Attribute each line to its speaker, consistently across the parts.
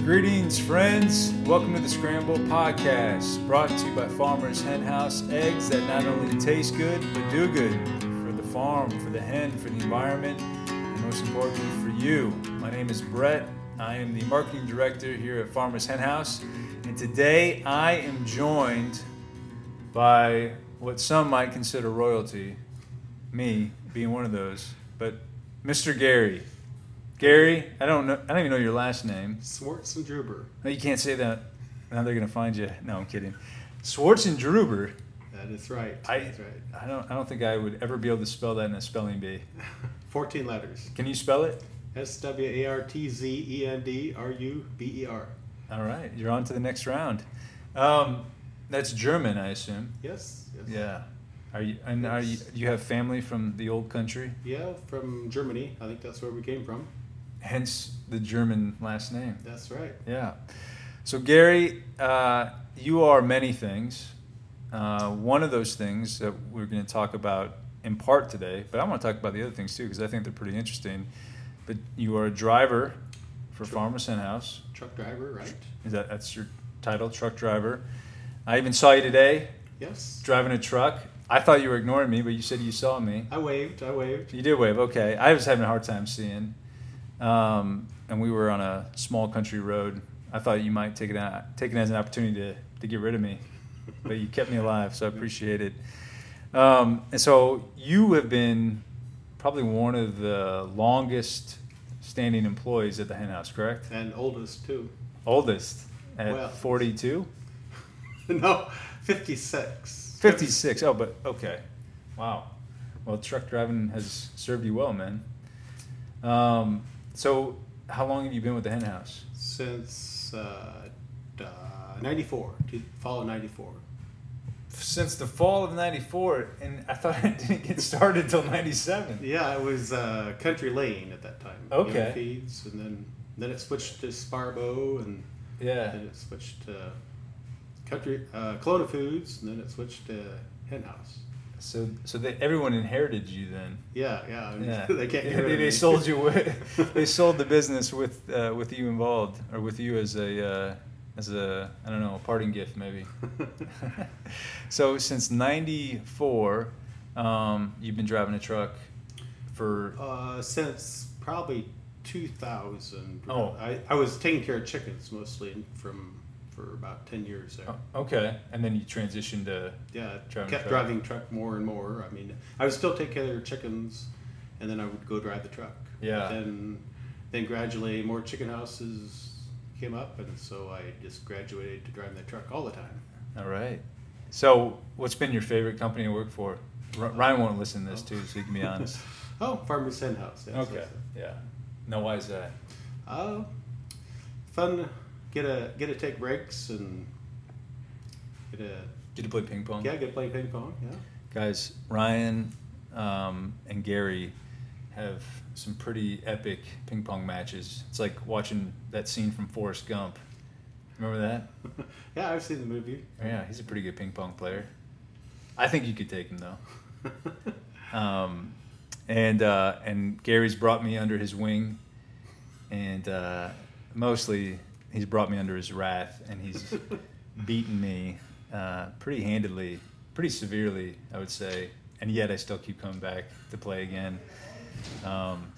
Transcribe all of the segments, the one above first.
Speaker 1: Greetings, friends. Welcome to the Scramble Podcast, brought to you by Farmer's Hen House. Eggs that not only taste good, but do good for the farm, for the hen, for the environment, and most importantly, for you. My name is Brett. I am the marketing director here at Farmer's Hen House. And today I am joined by what some might consider royalty, me being one of those, but Mr. Gary. Gary, I don't know. I don't even know your last name.
Speaker 2: Swartz and Druber.
Speaker 1: No, you can't say that. Now they're gonna find you. No, I'm kidding. Swartz and Druber.
Speaker 2: That is right.
Speaker 1: I,
Speaker 2: That's right.
Speaker 1: I don't. I don't think I would ever be able to spell that in a spelling bee.
Speaker 2: 14 letters.
Speaker 1: Can you spell it?
Speaker 2: S W A R T Z E N D R U B E R.
Speaker 1: All right, you're on to the next round. Um, that's German, I assume.
Speaker 2: Yes? yes.
Speaker 1: Yeah. Are you? And are you? You have family from the old country,
Speaker 2: Yeah, from Germany. I think that's where we came from.
Speaker 1: hence the German last name.
Speaker 2: That's right.
Speaker 1: Yeah. So, Gary, uh, you are many things. Uh, one of those things that we're going to talk about in part today, but I want to talk about the other things too because I think they're pretty interesting. But you are a driver for
Speaker 2: Sure.
Speaker 1: Farmers and House.
Speaker 2: Truck driver, right?
Speaker 1: Is that that's your title, truck driver? I even saw you today
Speaker 2: Yes.
Speaker 1: driving a truck. I thought you were ignoring me, but you said you saw me.
Speaker 2: I waved. I waved.
Speaker 1: You did wave, okay. I was having a hard time seeing. Um, and we were on a small country road. I thought you might take it out, take it as an opportunity to, to get rid of me, but you kept me alive, so I appreciate it. Um, and so you have been probably one of the longest standing employees at the hen house, correct?
Speaker 2: And oldest, too.
Speaker 1: Oldest at
Speaker 2: Well-
Speaker 1: 42?
Speaker 2: no, 56.
Speaker 1: 56. Oh, but okay. Wow. Well, truck driving has served you well, man. Um, so, how long have you been with the hen house?
Speaker 2: Since uh, d- uh, 94, to fall of 94.
Speaker 1: Since the fall of 94, and I thought it didn't get started till 97.
Speaker 2: Yeah, it was uh, Country Lane at that time.
Speaker 1: Okay.
Speaker 2: Young Feeds, and then then it switched to Sparbo, and
Speaker 1: Yeah.
Speaker 2: then it switched to Country uh, Kelowna Foods, and then it switched to Hen House.
Speaker 1: So, so they, everyone inherited you then.
Speaker 2: Yeah, yeah. and
Speaker 1: Yeah.
Speaker 2: they can't get rid
Speaker 1: they,
Speaker 2: of
Speaker 1: they
Speaker 2: me.
Speaker 1: sold you. With, they sold the business with uh, with you involved, or with you as a uh, as a I don't know a parting gift maybe. so since '94, um, you've been driving a truck for.
Speaker 2: uh, since probably 2000.
Speaker 1: Oh.
Speaker 2: I, I was taking care of chickens mostly from for about 10 years there.
Speaker 1: oh, Okay, and then you transitioned to.
Speaker 2: Yeah,
Speaker 1: Driving truck.
Speaker 2: kept driving truck more and more. I mean, I would still take care of chickens, and then I would go drive the truck.
Speaker 1: Yeah.
Speaker 2: Then, then gradually more chicken houses came up, and so I just graduated to driving the truck all the time.
Speaker 1: All right. So what's been your favorite company to work for? R- Ryan won't listen to this too, so you can be honest.
Speaker 2: Oh, Farmer's Hen House. yes,
Speaker 1: okay.
Speaker 2: yes,
Speaker 1: Yeah. No, why is that?
Speaker 2: yes. Uh, fun. Get a get to take breaks and get a
Speaker 1: Get to play ping pong.
Speaker 2: yeah get to play ping pong. Yeah.
Speaker 1: Guys, Ryan um, and Gary have some pretty epic ping pong matches. It's like watching that scene from Forrest Gump. Remember that?
Speaker 2: yeah, I've seen the movie.
Speaker 1: Oh, Yeah, he's a pretty good ping pong player. I think you could take him though. Um, and uh, and Gary's brought me under his wing, and uh, mostly he's brought me under his wrath, and he's beaten me uh, pretty handedly, pretty severely, I would say. And yet I still keep coming back to play again. Um,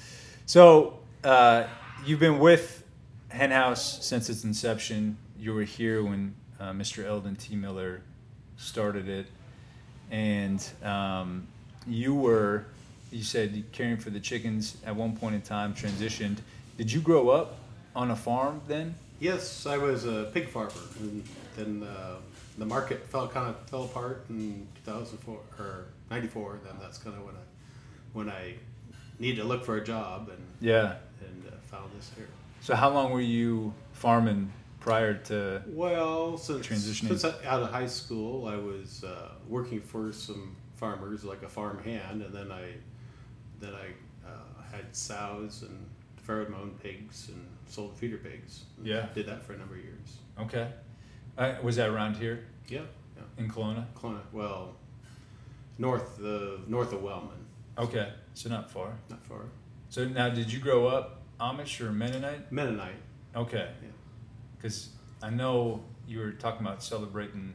Speaker 1: so uh, you've been with Hen House since its inception. You were here when uh, Mr. Eldon T. Miller started it, and um, you were you said caring for the chickens at one point in time transitioned. Did you grow up on a farm then?
Speaker 2: Yes, I was a pig farmer, and then uh, the market fell kind of fell apart in 2004 or 94. Then that's kind of when I when I needed to look for a job and
Speaker 1: Yeah.
Speaker 2: and uh, found this here.
Speaker 1: So how long were you farming prior to?
Speaker 2: Well, since
Speaker 1: Transitioning.
Speaker 2: since I, out of high school, I was uh, working for some farmers, like a farm hand, and then I then I uh, had sows and farrowed my own pigs and sold feeder pigs.
Speaker 1: Yeah.
Speaker 2: did that for a number of years.
Speaker 1: Okay. Uh, was that around here
Speaker 2: Yeah, yeah.
Speaker 1: in Kelowna?
Speaker 2: Kelowna, well, north of north of Wellman,
Speaker 1: Okay, so not far.
Speaker 2: not far.
Speaker 1: So now, did you grow up Amish or Mennonite?
Speaker 2: Mennonite.
Speaker 1: Okay.
Speaker 2: Yeah.
Speaker 1: Because I know you were talking about celebrating,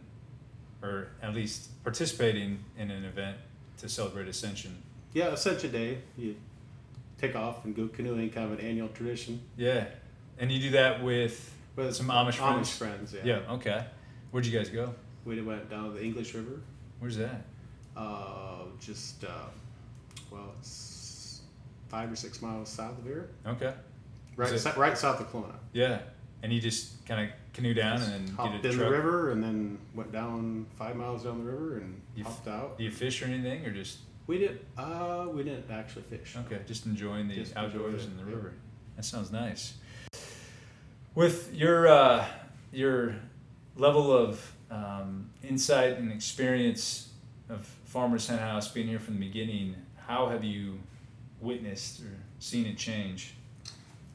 Speaker 1: or at least participating in an event to celebrate Ascension.
Speaker 3: Yeah, Ascension Day. You take off and go canoeing, kind of an annual tradition.
Speaker 1: Yeah, and you do that with
Speaker 3: With
Speaker 1: some Amish friends.
Speaker 3: Amish friends, yeah.
Speaker 1: yeah. Okay. Where'd you guys go?
Speaker 3: We went down the English River.
Speaker 1: Where's that?
Speaker 3: Uh, just uh, well, it's five or six miles south of here,
Speaker 1: Okay.
Speaker 3: right,
Speaker 1: Is it-
Speaker 3: so- right south of Kelowna.
Speaker 1: Yeah. And you just kind of canoe down
Speaker 3: Just
Speaker 1: and
Speaker 3: hopped
Speaker 1: get a
Speaker 3: in
Speaker 1: truck.
Speaker 3: the river and then went down five miles down the river and
Speaker 1: You f-
Speaker 3: hopped out.
Speaker 1: Do you fish or anything, or just
Speaker 3: We did. Uh, we didn't actually fish.
Speaker 1: Okay, just enjoying the
Speaker 3: Just enjoy
Speaker 1: outdoors
Speaker 3: it,
Speaker 1: and the
Speaker 3: yeah.
Speaker 1: river. That sounds nice. With your uh, your level of um, insight and experience of Farmers Hen House being here from the beginning, how have you witnessed or seen it change?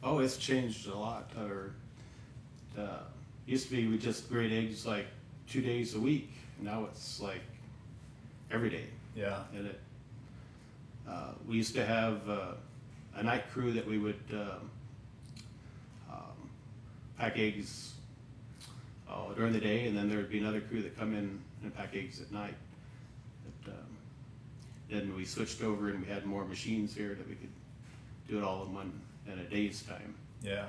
Speaker 2: Oh, it's changed a lot. Or uh, used to be we just grate eggs like two days a week. Now it's like every day.
Speaker 1: Yeah.
Speaker 2: And it, uh, we used to have uh, a night crew that we would um, um, pack eggs uh, during the day, and then there would be another crew that come in and pack eggs at night. But, um, then we switched over and we had more machines here that we could do it all in one in a day's time.
Speaker 1: Yeah.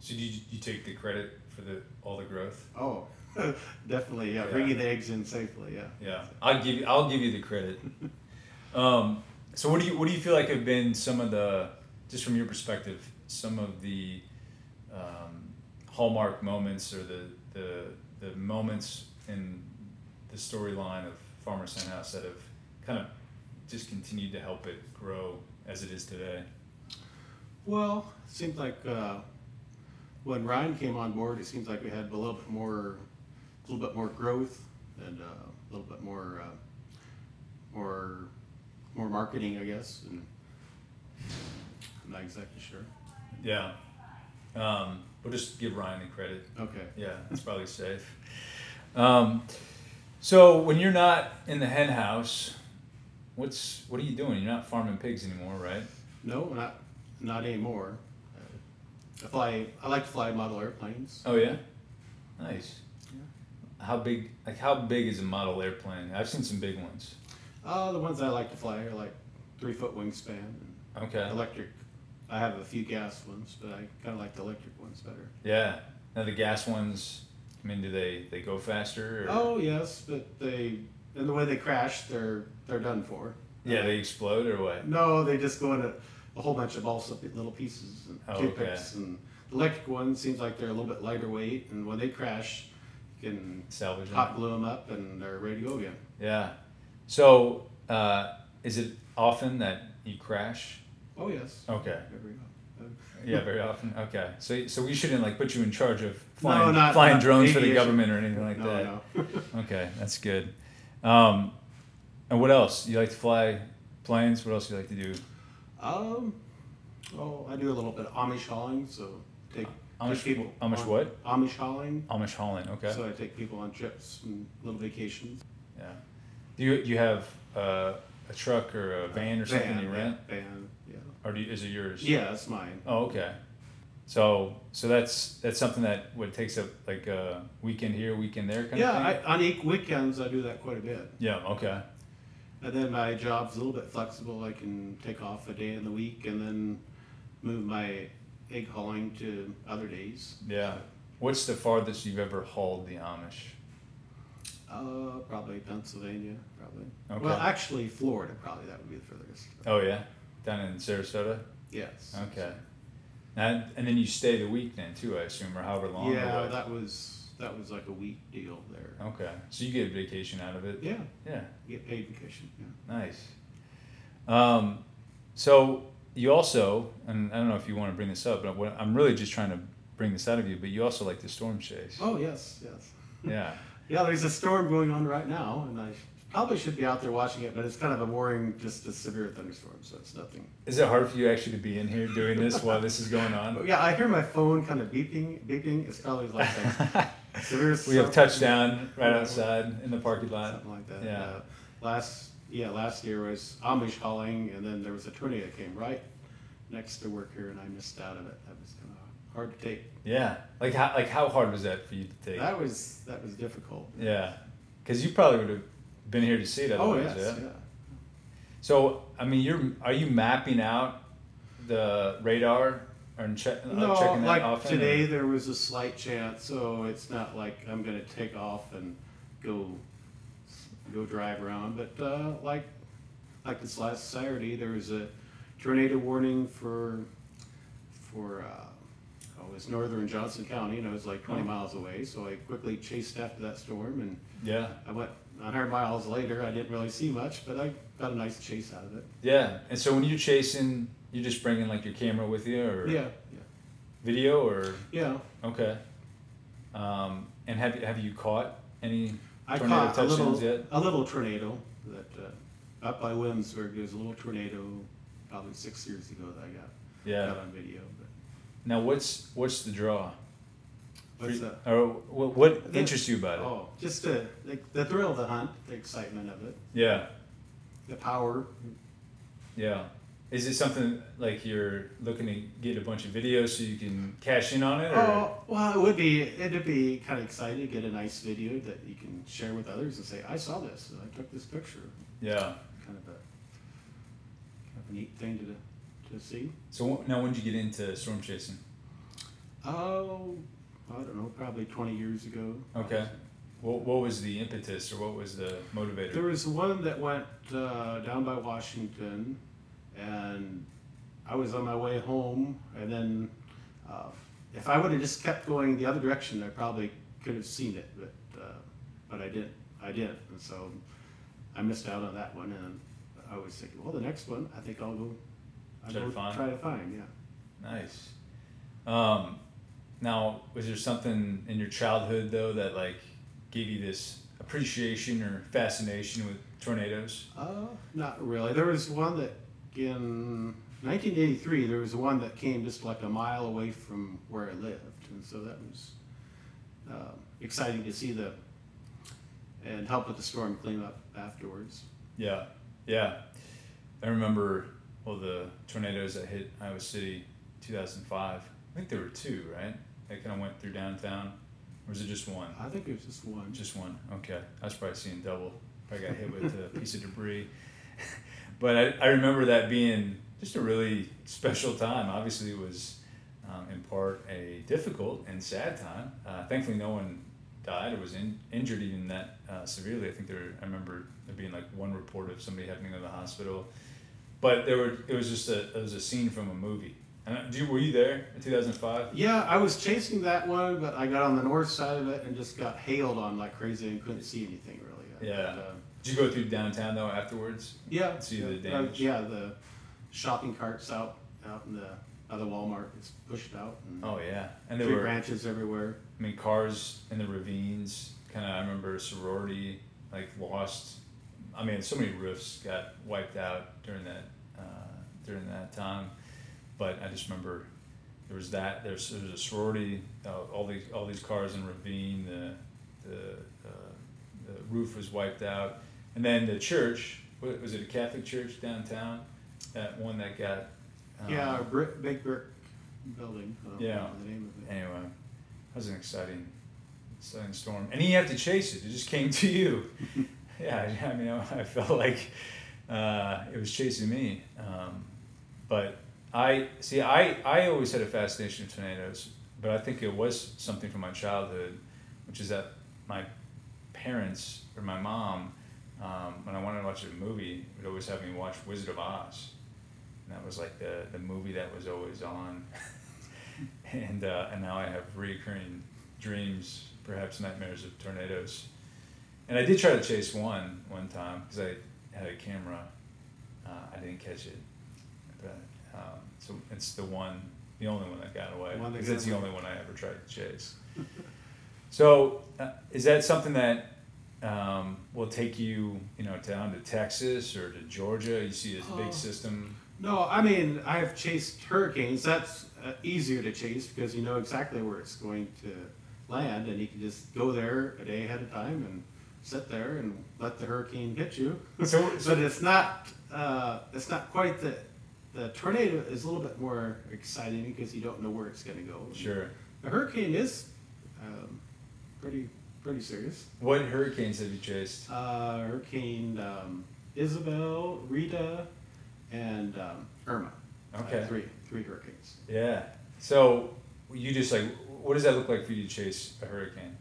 Speaker 1: So you you take the credit for the all the growth?
Speaker 2: Oh, definitely, yeah,
Speaker 1: Yeah.
Speaker 2: bringing the eggs in safely, yeah.
Speaker 1: Yeah, I'll give you, I'll give you the credit. Um, so what do you what do you feel like have been some of the just from your perspective some of the um, hallmark moments or the the the moments in the storyline of Farmer House that have kind of just continued to help it grow as it is today.
Speaker 2: Well, it seems like uh, when Ryan came on board, it seems like we had a little bit more, a little bit more growth and uh, a little bit more, uh, more, more marketing, I guess. And I'm not exactly sure.
Speaker 1: Yeah, um, we'll just give Ryan the credit.
Speaker 2: Okay.
Speaker 1: Yeah, it's probably safe. Um, so when you're not in the hen house, what's what are you doing? You're not farming pigs anymore, right?
Speaker 2: No, not not anymore. Uh, I fly. I like to fly model airplanes.
Speaker 1: Oh yeah, nice. How big? Like how big is a model airplane? I've seen some big ones.
Speaker 2: Uh, the ones I like to fly are like three foot wingspan and
Speaker 1: Okay.
Speaker 2: electric. I have a few gas ones, but I kind of like the electric ones better.
Speaker 1: Yeah. Now the gas ones. I mean, do they they go faster? Or,
Speaker 2: Oh yes, but they and the way they crash, they're they're done for.
Speaker 1: Yeah, they explode or what?
Speaker 2: No, they just go into a whole bunch of balsa p- little pieces and
Speaker 1: Oh,
Speaker 2: toothpicks and the electric one seems like they're a little bit lighter weight, and when they crash, you can
Speaker 1: Salvage them.
Speaker 2: hot glue them up and they're ready to go again.
Speaker 1: Yeah. So uh, is it often that you crash?
Speaker 2: Oh yes.
Speaker 1: Okay.
Speaker 2: There we go.
Speaker 1: Yeah, very often. Okay, so so we shouldn't like put you in charge of flying,
Speaker 2: not-
Speaker 1: flying
Speaker 2: not
Speaker 1: drones for the
Speaker 2: aviation.
Speaker 1: government or anything like
Speaker 2: no,
Speaker 1: that.
Speaker 2: no.
Speaker 1: Okay, that's good. Um, and what else? You like to fly planes? What else you like to do?
Speaker 2: um, oh, I do a little bit of Amish hauling, so take
Speaker 1: Amish
Speaker 2: take people.
Speaker 1: Amish
Speaker 2: on-
Speaker 1: what?
Speaker 2: Amish hauling.
Speaker 1: Amish hauling. Okay.
Speaker 2: So I take people on trips and little vacations.
Speaker 1: yeah. Do you you have uh, a truck or a van or something
Speaker 2: Van,
Speaker 1: you
Speaker 2: yeah,
Speaker 1: rent,
Speaker 2: Van, yeah.
Speaker 1: or do you, is it yours?
Speaker 2: Yeah, that's mine.
Speaker 1: Oh, okay. So so that's that's something that what takes up like a weekend here, weekend there kind
Speaker 2: Yeah,
Speaker 1: of thing.
Speaker 2: I, on e- weekends I do that quite a bit,
Speaker 1: yeah. Okay.
Speaker 2: and then my job's a little bit flexible. I can take off a day in the week and then move my egg hauling to other days.
Speaker 1: Yeah. What's the farthest you've ever hauled the Amish?
Speaker 2: Uh, probably Pennsylvania, probably.
Speaker 1: Okay.
Speaker 2: Well, actually Florida, probably that would be the furthest.
Speaker 1: Oh yeah, down in Sarasota.
Speaker 2: Yes.
Speaker 1: Okay. And and then you stay the week then too, I assume, or however long. or
Speaker 2: Yeah,
Speaker 1: what.
Speaker 2: that was that was like a week deal there.
Speaker 1: Okay, so you get a vacation out of it.
Speaker 2: Yeah,
Speaker 1: Yeah,
Speaker 2: get paid vacation. Yeah.
Speaker 1: nice. Um, so you also, and I don't know if you want to bring this up, but what, I'm really just trying to bring this out of you. But you also like the storm chase.
Speaker 2: Oh yes, yes.
Speaker 1: Yeah.
Speaker 2: Yeah, there's a storm going on right now, and I probably should be out there watching it, but it's kind of a warning, just a severe thunderstorm, so it's nothing.
Speaker 1: Is it hard for you actually to be in here doing this while this is going
Speaker 2: Um, But
Speaker 1: on?
Speaker 2: yeah, I hear my phone kind of beeping, beeping. It's probably like a
Speaker 1: we
Speaker 2: severe.
Speaker 1: have
Speaker 2: storm-
Speaker 1: touchdown right outside in the parking lot.
Speaker 2: Something like that.
Speaker 1: Yeah.
Speaker 2: Uh, last yeah, last year was Amish hauling, and then there was a tornado that came right next to work here, and I missed out of it. That was kind of hard to take.
Speaker 1: Yeah. Like how like how hard was that for you to take?
Speaker 2: That was that was difficult.
Speaker 1: Yeah, because you probably would have been here to see it.
Speaker 2: Oh
Speaker 1: Otherwise,
Speaker 2: yes,
Speaker 1: yeah?
Speaker 2: yeah.
Speaker 1: So I mean, you're are you mapping out the radar and che- uh,
Speaker 2: No,
Speaker 1: checking that
Speaker 2: like
Speaker 1: often?
Speaker 2: today
Speaker 1: or-
Speaker 2: there was a slight chance, so it's not like I'm gonna take off and go go drive around. But uh, like like this last Saturday, there was a tornado warning for for uh, oh, it was northern Johnson County, and it was like
Speaker 1: Oh.
Speaker 2: 20 miles away. So I quickly chased after that storm, and
Speaker 1: Yeah,
Speaker 2: I went 100 miles later. I didn't really see much, but I got a nice chase out of it.
Speaker 1: yeah. And so when you're chasing, you're just bringing like your camera with you, or
Speaker 2: Yeah, yeah,
Speaker 1: video, or
Speaker 2: yeah.
Speaker 1: okay. Um, and have have you caught any
Speaker 2: I
Speaker 1: tornado
Speaker 2: caught a
Speaker 1: touchdowns
Speaker 2: little,
Speaker 1: yet?
Speaker 2: a little tornado that uh, up by Williamsburg. There's a little tornado, probably six years ago that I got
Speaker 1: Yeah.
Speaker 2: got on video. But
Speaker 1: Now what's what's the draw?
Speaker 2: what's that?
Speaker 1: Or what, what
Speaker 2: The-
Speaker 1: interests you about it?
Speaker 2: Oh, just the, the the thrill of the hunt, the excitement of it,
Speaker 1: Yeah,
Speaker 2: the power.
Speaker 1: yeah. Is it something like you're looking to get a bunch of videos so you can cash in on it? Or?
Speaker 2: Oh, well, it would be it'd be kind of exciting to get a nice video that you can share with others and say, "I saw this. and I took this picture."
Speaker 1: Yeah.
Speaker 2: Kind of a kind of a neat thing to to see.
Speaker 1: So wh- now, when did you get into storm chasing?
Speaker 2: Oh, I don't know, probably 20 years ago.
Speaker 1: Okay. What, what was the impetus or what was the motivator?
Speaker 2: There was one that went uh, down by Washington, and I was on my way home, and then uh, if I would have just kept going the other direction, I probably could have seen it, but uh, but I didn't. I didn't, and so I missed out on that one. And I was thinking, well, the next one, I think I'll go. I'll
Speaker 1: Try to
Speaker 2: go
Speaker 1: find.
Speaker 2: Try to find. Yeah.
Speaker 1: nice. Um, now, was there something in your childhood though that like gave you this appreciation or fascination with tornadoes?
Speaker 2: Uh, not really. There was one that in 1983. There was one that came just like a mile away from where I lived, and so that was um exciting to see the and help with the storm cleanup afterwards.
Speaker 1: Yeah, yeah. I remember well the tornadoes that hit Iowa City, 2005. I think there were two, right? That kind of went through downtown, or was it just one?
Speaker 2: I think it was just one.
Speaker 1: Just one. Okay. I was probably seeing double. Probably got hit with a piece of debris. But I, I remember that being just a really special time. Obviously, it was um, in part a difficult and sad time. Uh, thankfully, no one died or was in, injured even that uh, severely. I think there, I remember there being like one report of somebody having to go to the hospital. But there were, it was just a, it was a scene from a movie. And I- do you, were you there in 2005?
Speaker 2: Yeah, I was chasing that one, but I got on the north side of it and just got hailed on like crazy and couldn't see anything really.
Speaker 1: Yeah.
Speaker 2: But, um,
Speaker 1: Did you go through downtown though afterwards?
Speaker 2: Yeah.
Speaker 1: See the
Speaker 2: yeah, uh,
Speaker 1: damage.
Speaker 2: yeah, the shopping carts out out in the out of Walmart. It's pushed out. And
Speaker 1: Oh yeah, and there
Speaker 2: tree
Speaker 1: were
Speaker 2: branches everywhere.
Speaker 1: I mean, cars in the ravines. Kind of, I remember sorority like lost. I mean, so many roofs got wiped out during that uh, during that time. But I just remember there was that. There's there was a sorority. Uh, all these all these cars in ravine. The the uh, the roof was wiped out, and then the church. What, was it a Catholic church downtown? That one that got. um,
Speaker 2: yeah, a brick, big brick building. I don't
Speaker 1: Yeah.
Speaker 2: Know the name of it.
Speaker 1: Anyway, that was an exciting, exciting storm, and you have to chase it. It just came to you. yeah, I mean, I, I felt like uh, it was chasing me. Um, but I see. I I always had a fascination with tornadoes, but I think it was something from my childhood, which is that my parents or my mom, um, when I wanted to watch a movie, would always have me watch Wizard of Oz. And that was like the, the movie that was always on. and, uh, and now I have reoccurring dreams, perhaps nightmares of tornadoes. And I did try to chase one one time because I had a camera. Uh, I didn't catch it. But, um, so it's the one, the only one that got away.
Speaker 2: One that
Speaker 1: Because
Speaker 2: got
Speaker 1: it's the
Speaker 2: away.
Speaker 1: only one I ever tried to chase. so uh, is that something that um, will take you, you know, down to Texas or to Georgia. You see this
Speaker 2: Oh.
Speaker 1: big system.
Speaker 2: No, I mean I've chased hurricanes. That's uh, easier to chase because you know exactly where it's going to land, and you can just go there a day ahead of time and sit there and let the hurricane hit you.
Speaker 1: So, so
Speaker 2: but it's not uh, it's not quite the The tornado is a little bit more exciting because you don't know where it's going to go.
Speaker 1: Sure.
Speaker 2: The hurricane is um, pretty pretty serious.
Speaker 1: What hurricanes have you chased?
Speaker 2: Uh, Hurricane um, Isabel, Rita, and um, Irma. Uh,
Speaker 1: Okay.
Speaker 2: three three hurricanes.
Speaker 1: Yeah. So you just like, what does that look like for you to chase a hurricane?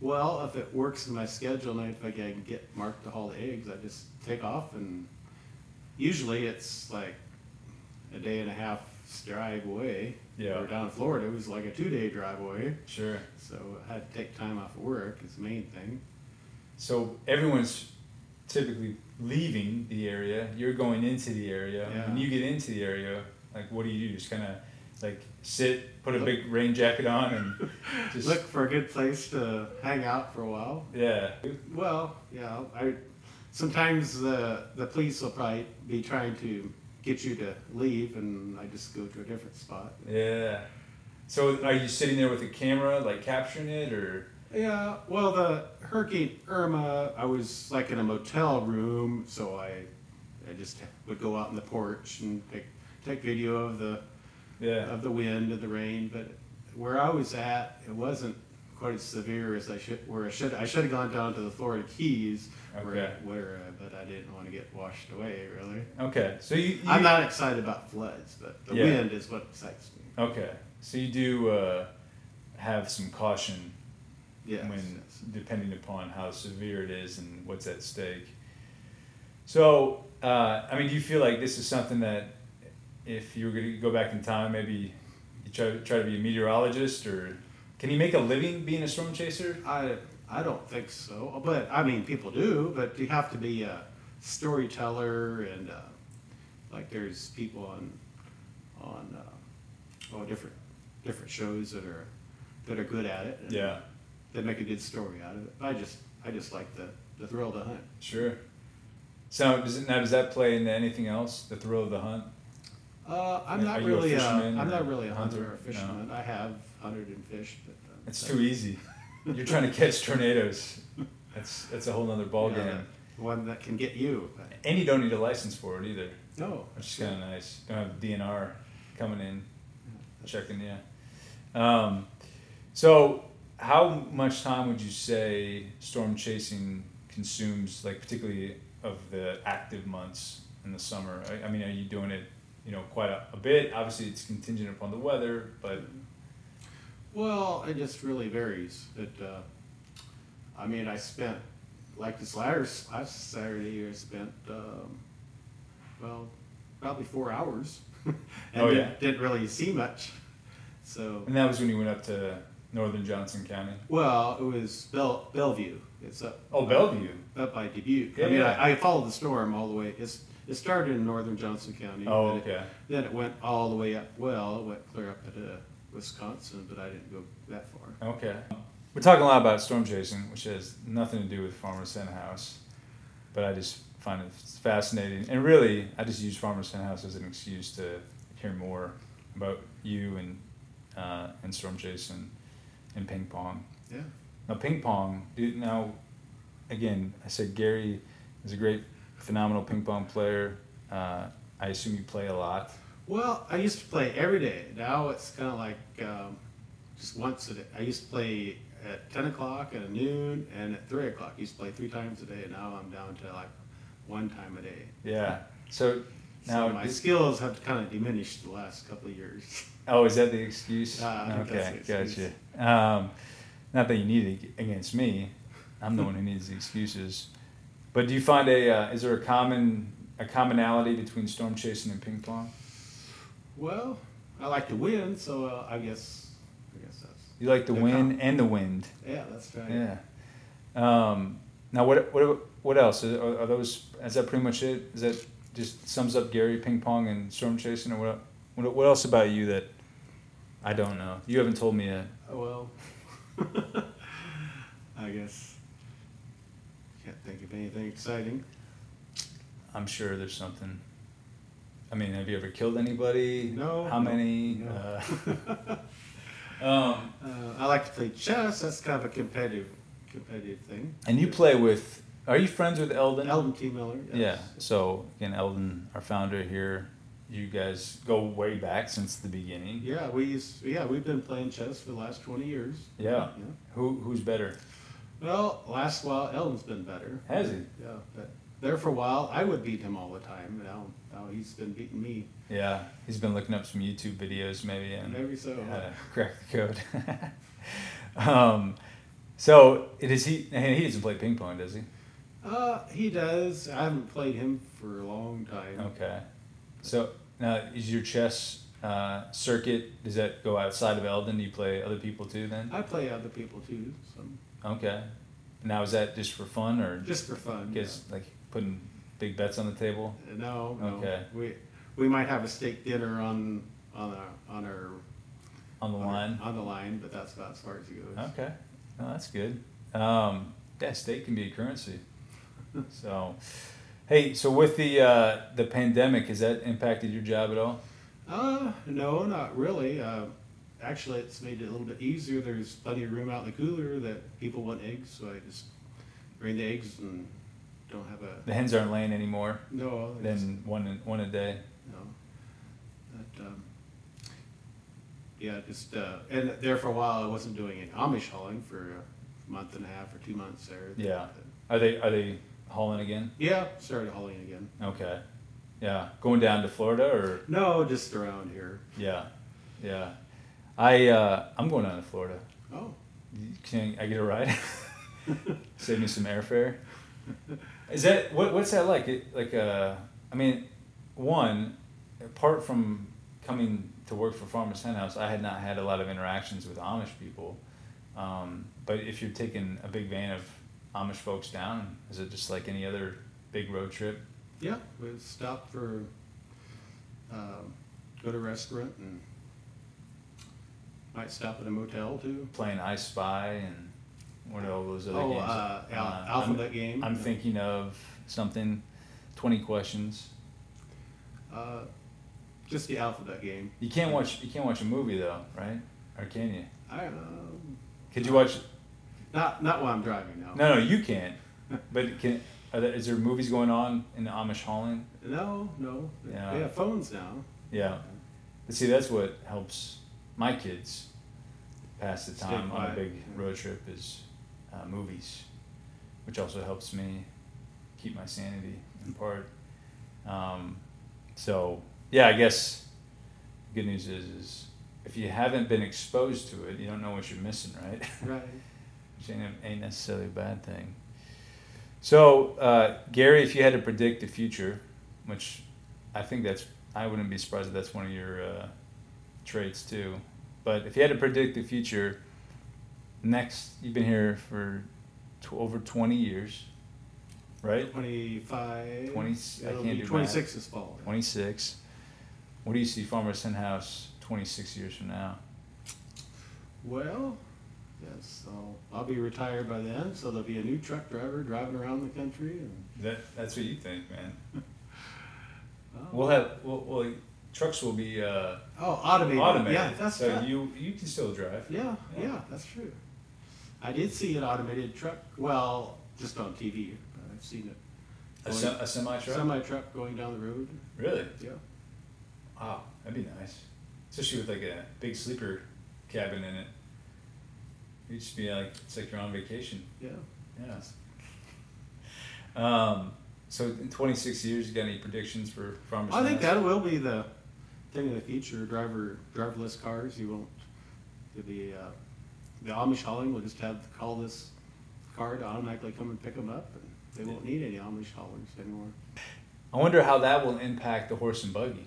Speaker 2: Well, if it works in my schedule and if I can get Mark to haul the eggs, I just take off and usually it's like a day and a half drive away.
Speaker 1: Yeah.
Speaker 2: Or down in Florida, it was like a two day drive away.
Speaker 1: Sure.
Speaker 2: So I had to take time off of work, is the main thing.
Speaker 1: So everyone's typically leaving the area. You're going into the area.
Speaker 2: Yeah.
Speaker 1: When you get into the area, like, what do you do? Just kind of like sit, put a
Speaker 2: Look.
Speaker 1: big rain jacket on, and just
Speaker 2: Look for a good place to hang out for a while.
Speaker 1: yeah.
Speaker 2: Well, yeah, I sometimes the the police will probably be trying to get you to leave, and I just go to a different spot.
Speaker 1: Yeah. So are you sitting there with a camera, like capturing it, or
Speaker 2: Yeah, well, the Hurricane Irma, I was like in a motel room, so I, I just would go out in the porch and take take video of the
Speaker 1: yeah?
Speaker 2: of the wind and the rain. But where I was at, it wasn't quite as severe as I should. Where I should I should have gone down to the Florida Keys,
Speaker 1: Okay.
Speaker 2: where where uh, but I didn't want to get washed away. Really,
Speaker 1: Okay. So you, you
Speaker 2: I'm not excited about floods, but the
Speaker 1: Yeah.
Speaker 2: wind is what excites me.
Speaker 1: okay. So you do uh, have some caution
Speaker 2: Yeah.
Speaker 1: when depending upon how severe it is and what's at stake. So, uh, I mean, do you feel like this is something that if you were going to go back in time, maybe you try, try to be a meteorologist or can you make a living being a storm chaser?
Speaker 2: I I don't think so, but I mean people do. But you have to be a storyteller and uh, like there's people on on uh, oh different different shows that are that are good at it. and
Speaker 1: Yeah,
Speaker 2: they make a good story out of it. I just I just like the the thrill of the hunt.
Speaker 1: sure. So does it, now does that play into anything else? The thrill of the hunt?
Speaker 2: Uh, I'm
Speaker 1: Are-
Speaker 2: not
Speaker 1: are you a
Speaker 2: really a,
Speaker 1: fisherman
Speaker 2: I'm
Speaker 1: or
Speaker 2: not really a
Speaker 1: a
Speaker 2: hunter
Speaker 1: hunter?
Speaker 2: or a fisherman. I have hunted and fished, but uh,
Speaker 1: It's
Speaker 2: that's-
Speaker 1: too easy. You're trying to catch tornadoes. That's that's a whole nother ball
Speaker 2: yeah,
Speaker 1: game.
Speaker 2: the one that can get you. But
Speaker 1: And you don't need a license for it either.
Speaker 2: no,
Speaker 1: which is kind of nice. Don't have DNR coming in, checking. Yeah. Um, so, how much time would you say storm chasing consumes, like particularly of the active months in the summer? I, I mean, are you doing it, you know, quite a, a bit? Obviously, it's contingent upon the weather, but
Speaker 2: Well, it just really varies. But uh, I mean, I spent like this last last Saturday, I spent um, well probably four hours, and
Speaker 1: Oh,
Speaker 2: didn't,
Speaker 1: yeah.
Speaker 2: didn't really see much. So
Speaker 1: and that was when you went up to northern Johnson County.
Speaker 2: well, it was Bel- Bellevue. It's up
Speaker 1: Oh, Bellevue.
Speaker 2: up by Dubuque.
Speaker 1: Yeah,
Speaker 2: I mean,
Speaker 1: yeah.
Speaker 2: I, I followed the storm all the way. It's it started in northern Johnson County.
Speaker 1: Oh,
Speaker 2: but it-
Speaker 1: okay.
Speaker 2: then it went all the way up. Well, it went clear up to uh, Wisconsin, but I didn't go that far.
Speaker 1: Okay. We're talking a lot about storm chasing, which has nothing to do with Farmer House, but I just find it fascinating. And really, I just use Farmer House as an excuse to hear more about you and uh, and storm chasing and ping pong.
Speaker 2: Yeah.
Speaker 1: Now, ping pong. Dude, now, again, I said Gary is a great, phenomenal ping pong player. Uh, I assume you play a lot.
Speaker 2: Well, I used to play every day. Now it's kind of like um, just once a day. I used to play at 10 o'clock and at noon and at 3 o'clock. I used to play three times a day. and Now I'm down to like one time a day.
Speaker 1: Yeah. So now,
Speaker 2: so my skills have kind of diminished the last couple of years.
Speaker 1: Oh, is that the excuse?
Speaker 2: Ah, I think
Speaker 1: okay,
Speaker 2: that's the excuse.
Speaker 1: gotcha. Um, not that you need it against me. I'm the one who needs the excuses. But do you find a uh, is there a common a commonality between storm chasing and ping pong?
Speaker 2: Well, I like to win, so uh, I guess I guess that's
Speaker 1: You like the
Speaker 2: They're
Speaker 1: wind and the wind.
Speaker 2: Oh, yeah, that's right.
Speaker 1: Yeah. Um, now what what what else are, are those? Is that pretty much it? Is that just sums up Gary ping pong and storm chasing, or what? What, what else about you that I don't know? You haven't told me yet.
Speaker 2: Oh, Well, I guess can't think of anything exciting.
Speaker 1: I'm sure there's something. I mean, have you ever killed anybody?
Speaker 2: No.
Speaker 1: How
Speaker 2: no,
Speaker 1: many?
Speaker 2: no.
Speaker 1: Uh, um,
Speaker 2: Uh, I like to play chess. That's kind of a competitive, competitive thing.
Speaker 1: and you play with? Are you friends with Eldon?
Speaker 2: Elton T. Miller.
Speaker 1: Yeah.
Speaker 2: yes.
Speaker 1: So again, Eldon, our founder here, you guys go way back since the beginning.
Speaker 2: Yeah, we used, yeah we've been playing chess for the last twenty years.
Speaker 1: Yeah.
Speaker 2: Yeah.
Speaker 1: Who who's better?
Speaker 2: Well, last while Ellen's been better.
Speaker 1: Has he?
Speaker 2: Yeah, but there for a while I would beat him all the time. Now, now he's been beating me.
Speaker 1: Yeah, he's been looking up some YouTube videos maybe and
Speaker 2: Maybe so.
Speaker 1: how to crack the code. um, so it is he and he doesn't play ping pong, does he?
Speaker 2: Uh, he does. I haven't played him for a long time.
Speaker 1: Okay. So now is your chess uh, circuit does that go outside of Eldon? Do you play other people too then?
Speaker 2: I play other people too, so
Speaker 1: Okay. Now is that just for fun or
Speaker 2: just for fun. yeah.
Speaker 1: guess like putting big bets on the table?
Speaker 2: No, no.
Speaker 1: Okay.
Speaker 2: We we might have a steak dinner on on our on our
Speaker 1: On the
Speaker 2: on, our-
Speaker 1: line?
Speaker 2: on the line, but that's about as far as it goes.
Speaker 1: Okay, no, that's good. Um, yeah, steak can be a currency. so, hey, so with the uh, the pandemic, has that impacted your job at all?
Speaker 2: Uh, no, not really. Uh, actually, it's made it a little bit easier. There's plenty of room out in the cooler that people want eggs, so I just bring the eggs and don't have a
Speaker 1: The hens aren't laying anymore
Speaker 2: no. I just-
Speaker 1: than one one a day.
Speaker 2: No. But, um, yeah, just, uh, and there for a while I wasn't doing any Amish hauling for a month and a half or two months there.
Speaker 1: Yeah. Are they are they hauling again?
Speaker 2: Yeah, started hauling again.
Speaker 1: Okay, yeah, going down to Florida or
Speaker 2: No, just around here.
Speaker 1: yeah, yeah. I uh, I'm going down to Florida.
Speaker 2: Oh,
Speaker 1: Can I get a ride? Save me some airfare. Is that what? What's that like? It, like, uh, I mean, one, apart from coming to work for Farmers Hen House, I had not had a lot of interactions with Amish people. Um, but if you're taking a big van of Amish folks down, is it just like any other big road trip?
Speaker 2: yeah, we stopped for, um, go to a restaurant and might stop at a motel too.
Speaker 1: Playing I Spy and what are all those other
Speaker 2: Oh,
Speaker 1: games?
Speaker 2: uh, al-
Speaker 1: I'm-
Speaker 2: alphabet game.
Speaker 1: I'm thinking of something. Twenty questions.
Speaker 2: Uh, just the alphabet game.
Speaker 1: You can't watch. You can't watch a movie though, right? Or can you?
Speaker 2: I um,
Speaker 1: Could you watch?
Speaker 2: not not while I'm driving now.
Speaker 1: No, no, you can't. But can are there, is there movies going on in the Amish Holland?
Speaker 2: No, no. They-
Speaker 1: Yeah.
Speaker 2: They have phones now.
Speaker 1: Yeah. But see, that's what helps my kids pass the
Speaker 2: Stay
Speaker 1: time on a
Speaker 2: quiet.
Speaker 1: big road trip is uh, movies, which also helps me keep my sanity in part. Um, so yeah, I guess the good news is is if you haven't been exposed to it, you don't know what you're missing, right?
Speaker 2: Right.
Speaker 1: which ain't, ain't necessarily a bad thing. So, uh, Gary, if you had to predict the future, which I think that's, I wouldn't be surprised if that's one of your uh, traits too. But if you had to predict the future, next, you've been here for tw- over 20 years, right?
Speaker 2: 25.
Speaker 1: 20 I
Speaker 2: it'll
Speaker 1: can't
Speaker 2: be
Speaker 1: do
Speaker 2: 26 this fall.
Speaker 1: 26. What do you see Farmers Hen House 26 years from now?
Speaker 2: Well, yes, I'll, I'll be retired by then, so there'll be a new truck driver driving around the country. And,
Speaker 1: That, that's what you think, man.
Speaker 2: oh.
Speaker 1: We'll have, we'll, we'll trucks will be, uh,
Speaker 2: oh, automated.
Speaker 1: automated.
Speaker 2: Yeah, that's
Speaker 1: so
Speaker 2: right.
Speaker 1: you you can still drive.
Speaker 2: yeah, yeah, that's true. I did see an automated truck. Well, just on TV, but I've seen it.
Speaker 1: A, sem- a semi truck.
Speaker 2: Semi truck going down the road.
Speaker 1: really?
Speaker 2: Yeah.
Speaker 1: Wow, that'd be nice. Especially with like a big sleeper cabin in it. You just be like it's like you're on vacation.
Speaker 2: Yeah.
Speaker 1: Yeah. Um. So in 26 years, you got any predictions for farmers?
Speaker 2: I think
Speaker 1: House?
Speaker 2: that will be the thing in the future. Driver driverless cars. You won't. it'll be uh, the Amish hauling will just have to call this car to automatically come and pick them up, and they won't need any Amish haulers anymore.
Speaker 1: I wonder how that will impact the horse and buggy.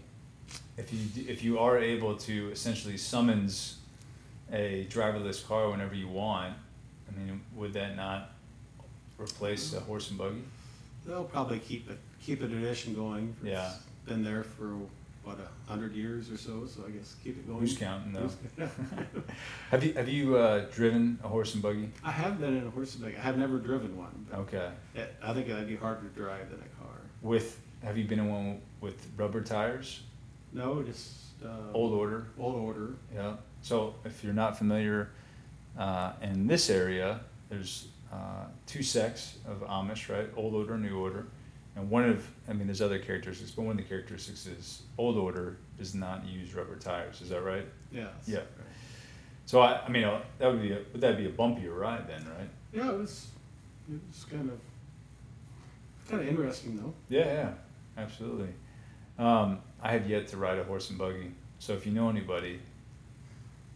Speaker 1: If you d- if you are able to essentially summons a driverless car whenever you want, I mean, would that not replace the horse and buggy?
Speaker 2: They'll probably keep it keep a tradition going.
Speaker 1: Yeah.
Speaker 2: It's been there for what a hundred years or so. So I guess keep it going.
Speaker 1: Who's counting though?
Speaker 2: Who's-
Speaker 1: have you have you uh, driven a horse and buggy?
Speaker 2: I have been in a horseback. I have never driven one. But
Speaker 1: Okay.
Speaker 2: it- I think that'd be harder to drive than a car.
Speaker 1: With have you been in one with rubber tires?
Speaker 2: No, just uh,
Speaker 1: Old order.
Speaker 2: old order.
Speaker 1: Yeah. So if you're not familiar, uh, in this area, there's uh, two sects of Amish, right? Old order, new order. And one of, I mean, there's other characteristics, but one of the characteristics is Old Order does not use rubber tires. Is that right?
Speaker 2: Yeah.
Speaker 1: Yeah. So I, I mean, uh, that would be a, would that be a bumpier ride then, right?
Speaker 2: Yeah, it was, it was kind of, kind of interesting though.
Speaker 1: Yeah, yeah, absolutely. Um, I have yet to ride a horse and buggy, so if you know anybody,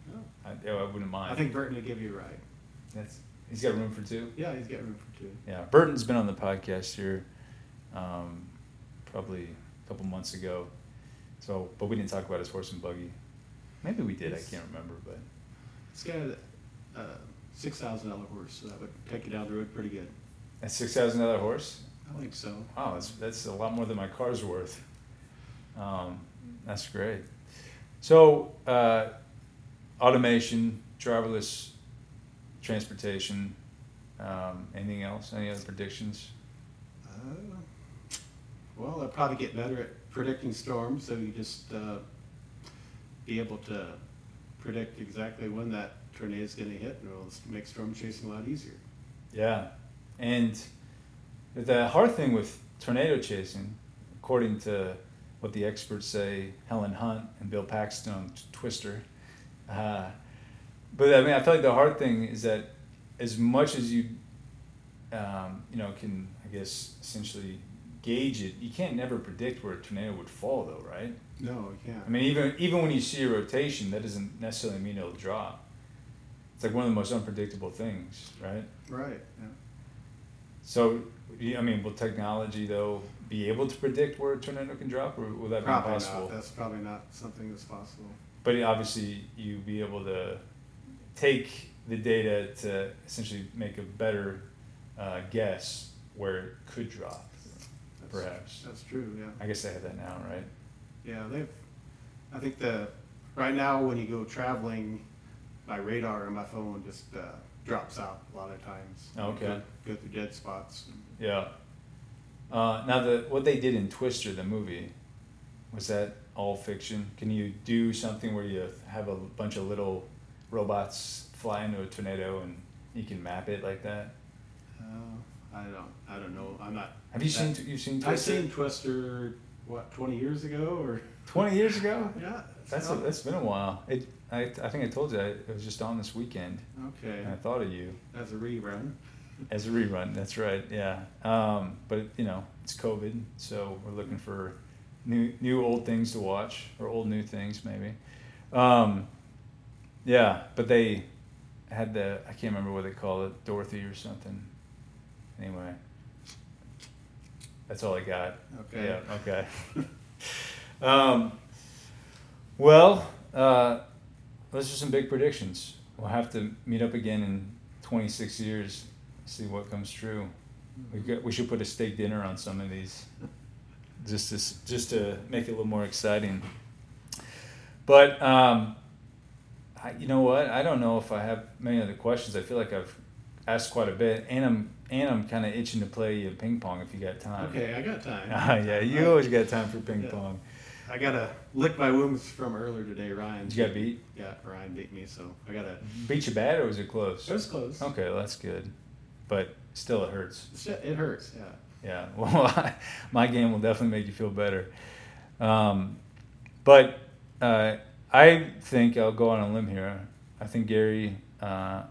Speaker 2: Yeah.
Speaker 1: I, yeah, I wouldn't mind.
Speaker 2: I think Burton would give you a ride.
Speaker 1: that's he's got room for two.
Speaker 2: Yeah, he's got room for two.
Speaker 1: Yeah, Burton's been on the podcast here, um, probably a couple months ago. So, but we didn't talk about his horse and buggy. Maybe we did. I can't remember, but
Speaker 2: It's got a, uh, six thousand dollar horse, so that would take you down the road pretty good.
Speaker 1: that's six thousand dollar horse.
Speaker 2: I think so.
Speaker 1: Wow, that's that's a lot more than my car's worth. Um, that's great. So, uh, automation, driverless transportation. Um, anything else? Any other predictions?
Speaker 2: Uh, well, they'll probably get better at predicting storms, so you just uh, be able to predict exactly when that tornado is going to hit, and it'll s- make storm chasing a lot easier.
Speaker 1: Yeah, and the hard thing with tornado chasing, according to what the experts say, Helen Hunt and Bill Paxton on Twister. Uh, but I mean, I feel like the hard thing is that as much as you, um, you know, can I guess essentially gauge it, you can't never predict where a tornado would fall, though, right?
Speaker 2: No, you
Speaker 1: I
Speaker 2: can't.
Speaker 1: mean, even even when you see a rotation, that doesn't necessarily mean it'll drop. It's like one of the most unpredictable things, right?
Speaker 2: Right. Yeah.
Speaker 1: So, you- I mean, will technology though be able to predict where a tornado can drop, or will that
Speaker 2: Probably
Speaker 1: be
Speaker 2: not.
Speaker 1: impossible?
Speaker 2: That's probably not something that's possible.
Speaker 1: But obviously, you be able to take the data to essentially make a better uh, guess where it could drop.
Speaker 2: That's,
Speaker 1: Perhaps.
Speaker 2: That's true. Yeah.
Speaker 1: I guess they have that now, right?
Speaker 2: Yeah. They've. I think the right now when you go traveling, my radar on my phone just uh, drops out a lot of times.
Speaker 1: Oh, Okay.
Speaker 2: Go, go through dead spots. and-
Speaker 1: Yeah. Uh, now, the what they did in Twister, the movie, was that all fiction? Can you do something where you have a bunch of little robots fly into a tornado and you can map it like that?
Speaker 2: Uh, I don't. I don't know. I'm not.
Speaker 1: Have you seen
Speaker 2: that-
Speaker 1: you've seen
Speaker 2: Uh, I've
Speaker 1: Twister?
Speaker 2: seen Twister. What twenty years ago or?
Speaker 1: Twenty years ago.
Speaker 2: Yeah.
Speaker 1: That's
Speaker 2: so-
Speaker 1: that's been a while. It I, I think I told you I, it was just on this weekend,
Speaker 2: okay.
Speaker 1: and I thought of you
Speaker 2: That's a rerun.
Speaker 1: as a rerun. That's right. Yeah. Um, but you know it's COVID, so we're looking for new new old things to watch or old new things maybe. Um, yeah, but they had the I can't remember what they call it, Dorothy or something. Anyway, that's all I got.
Speaker 2: Okay.
Speaker 1: Yeah, okay. um, well, uh, those are some big predictions. We'll have to meet up again in 26 years, see what comes true. We, got, we should put a steak dinner on some of these, just to, s- just to make it a little more exciting. But um, I, you know what? I don't know if I have many other questions. I feel like I've asked quite a bit, and I'm and I'm kind of itching to play uh, ping pong if you got time.
Speaker 2: Okay, I got time.
Speaker 1: Ah, yeah, you always got time for ping
Speaker 2: Yeah.
Speaker 1: pong.
Speaker 2: I gotta lick my wounds from earlier today, Ryan.
Speaker 1: Did you get beat?
Speaker 2: Yeah, Ryan beat me, so I gotta.
Speaker 1: Beat you bad or was it close?
Speaker 2: It was close.
Speaker 1: Okay, well, that's good. But still, it hurts.
Speaker 2: It's- It hurts. Yeah.
Speaker 1: Yeah. Well, my game will definitely make you feel better. Um, but uh, I think I'll go on a limb here. I think Gary, uh,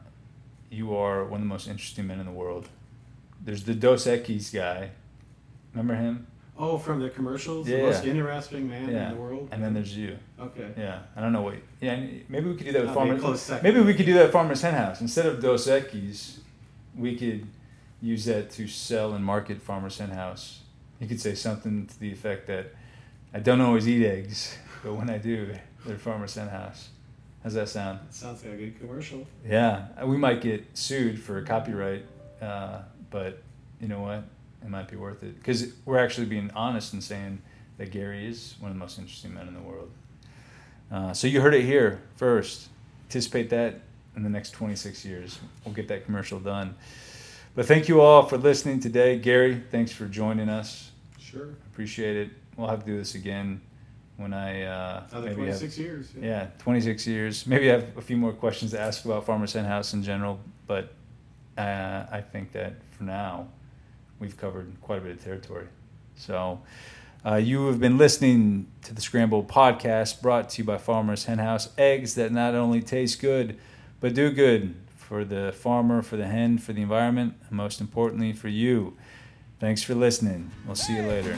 Speaker 1: you are one of the most interesting men in the world. There's the Dos Equis guy. Remember him?
Speaker 2: Oh, from the commercials,
Speaker 1: Yeah.
Speaker 2: the most interesting man
Speaker 1: yeah.
Speaker 2: in the world.
Speaker 1: And then there's you.
Speaker 2: Okay.
Speaker 1: Yeah, I don't know what. Yeah, and maybe we could do that with
Speaker 2: That'd be a
Speaker 1: farmers.
Speaker 2: close second.
Speaker 1: Maybe we could do that with farmers hen house instead of Dos Equis. We could use that to sell and market farmers hen house. You could say something to the effect that I don't always eat eggs, but when I do, they're farmers hen house. How's that sound?
Speaker 2: That sounds like a good commercial.
Speaker 1: Yeah, we might get sued for copyright, uh, but you know what? It might be worth it because we're actually being honest and saying that Gary is one of the most interesting men in the world. Uh, so you heard it here first. Anticipate that in the next 26 years. We'll get that commercial done. But thank you all for listening today. Gary, thanks for joining us.
Speaker 2: Sure.
Speaker 1: Appreciate it. We'll have to do this again when I uh,
Speaker 2: Another
Speaker 1: maybe have-
Speaker 2: 26 years.
Speaker 1: yeah, 26 years. Maybe I have a few more questions to ask about Farmers Hen House in general, but uh, I think that for now, we've covered quite a bit of territory. So, uh, you have been listening to the Scramble podcast brought to you by Farmers Henhouse. Eggs that not only taste good, but do good for the farmer, for the hen, for the environment, and most importantly, for you. Thanks for listening. We'll see you later.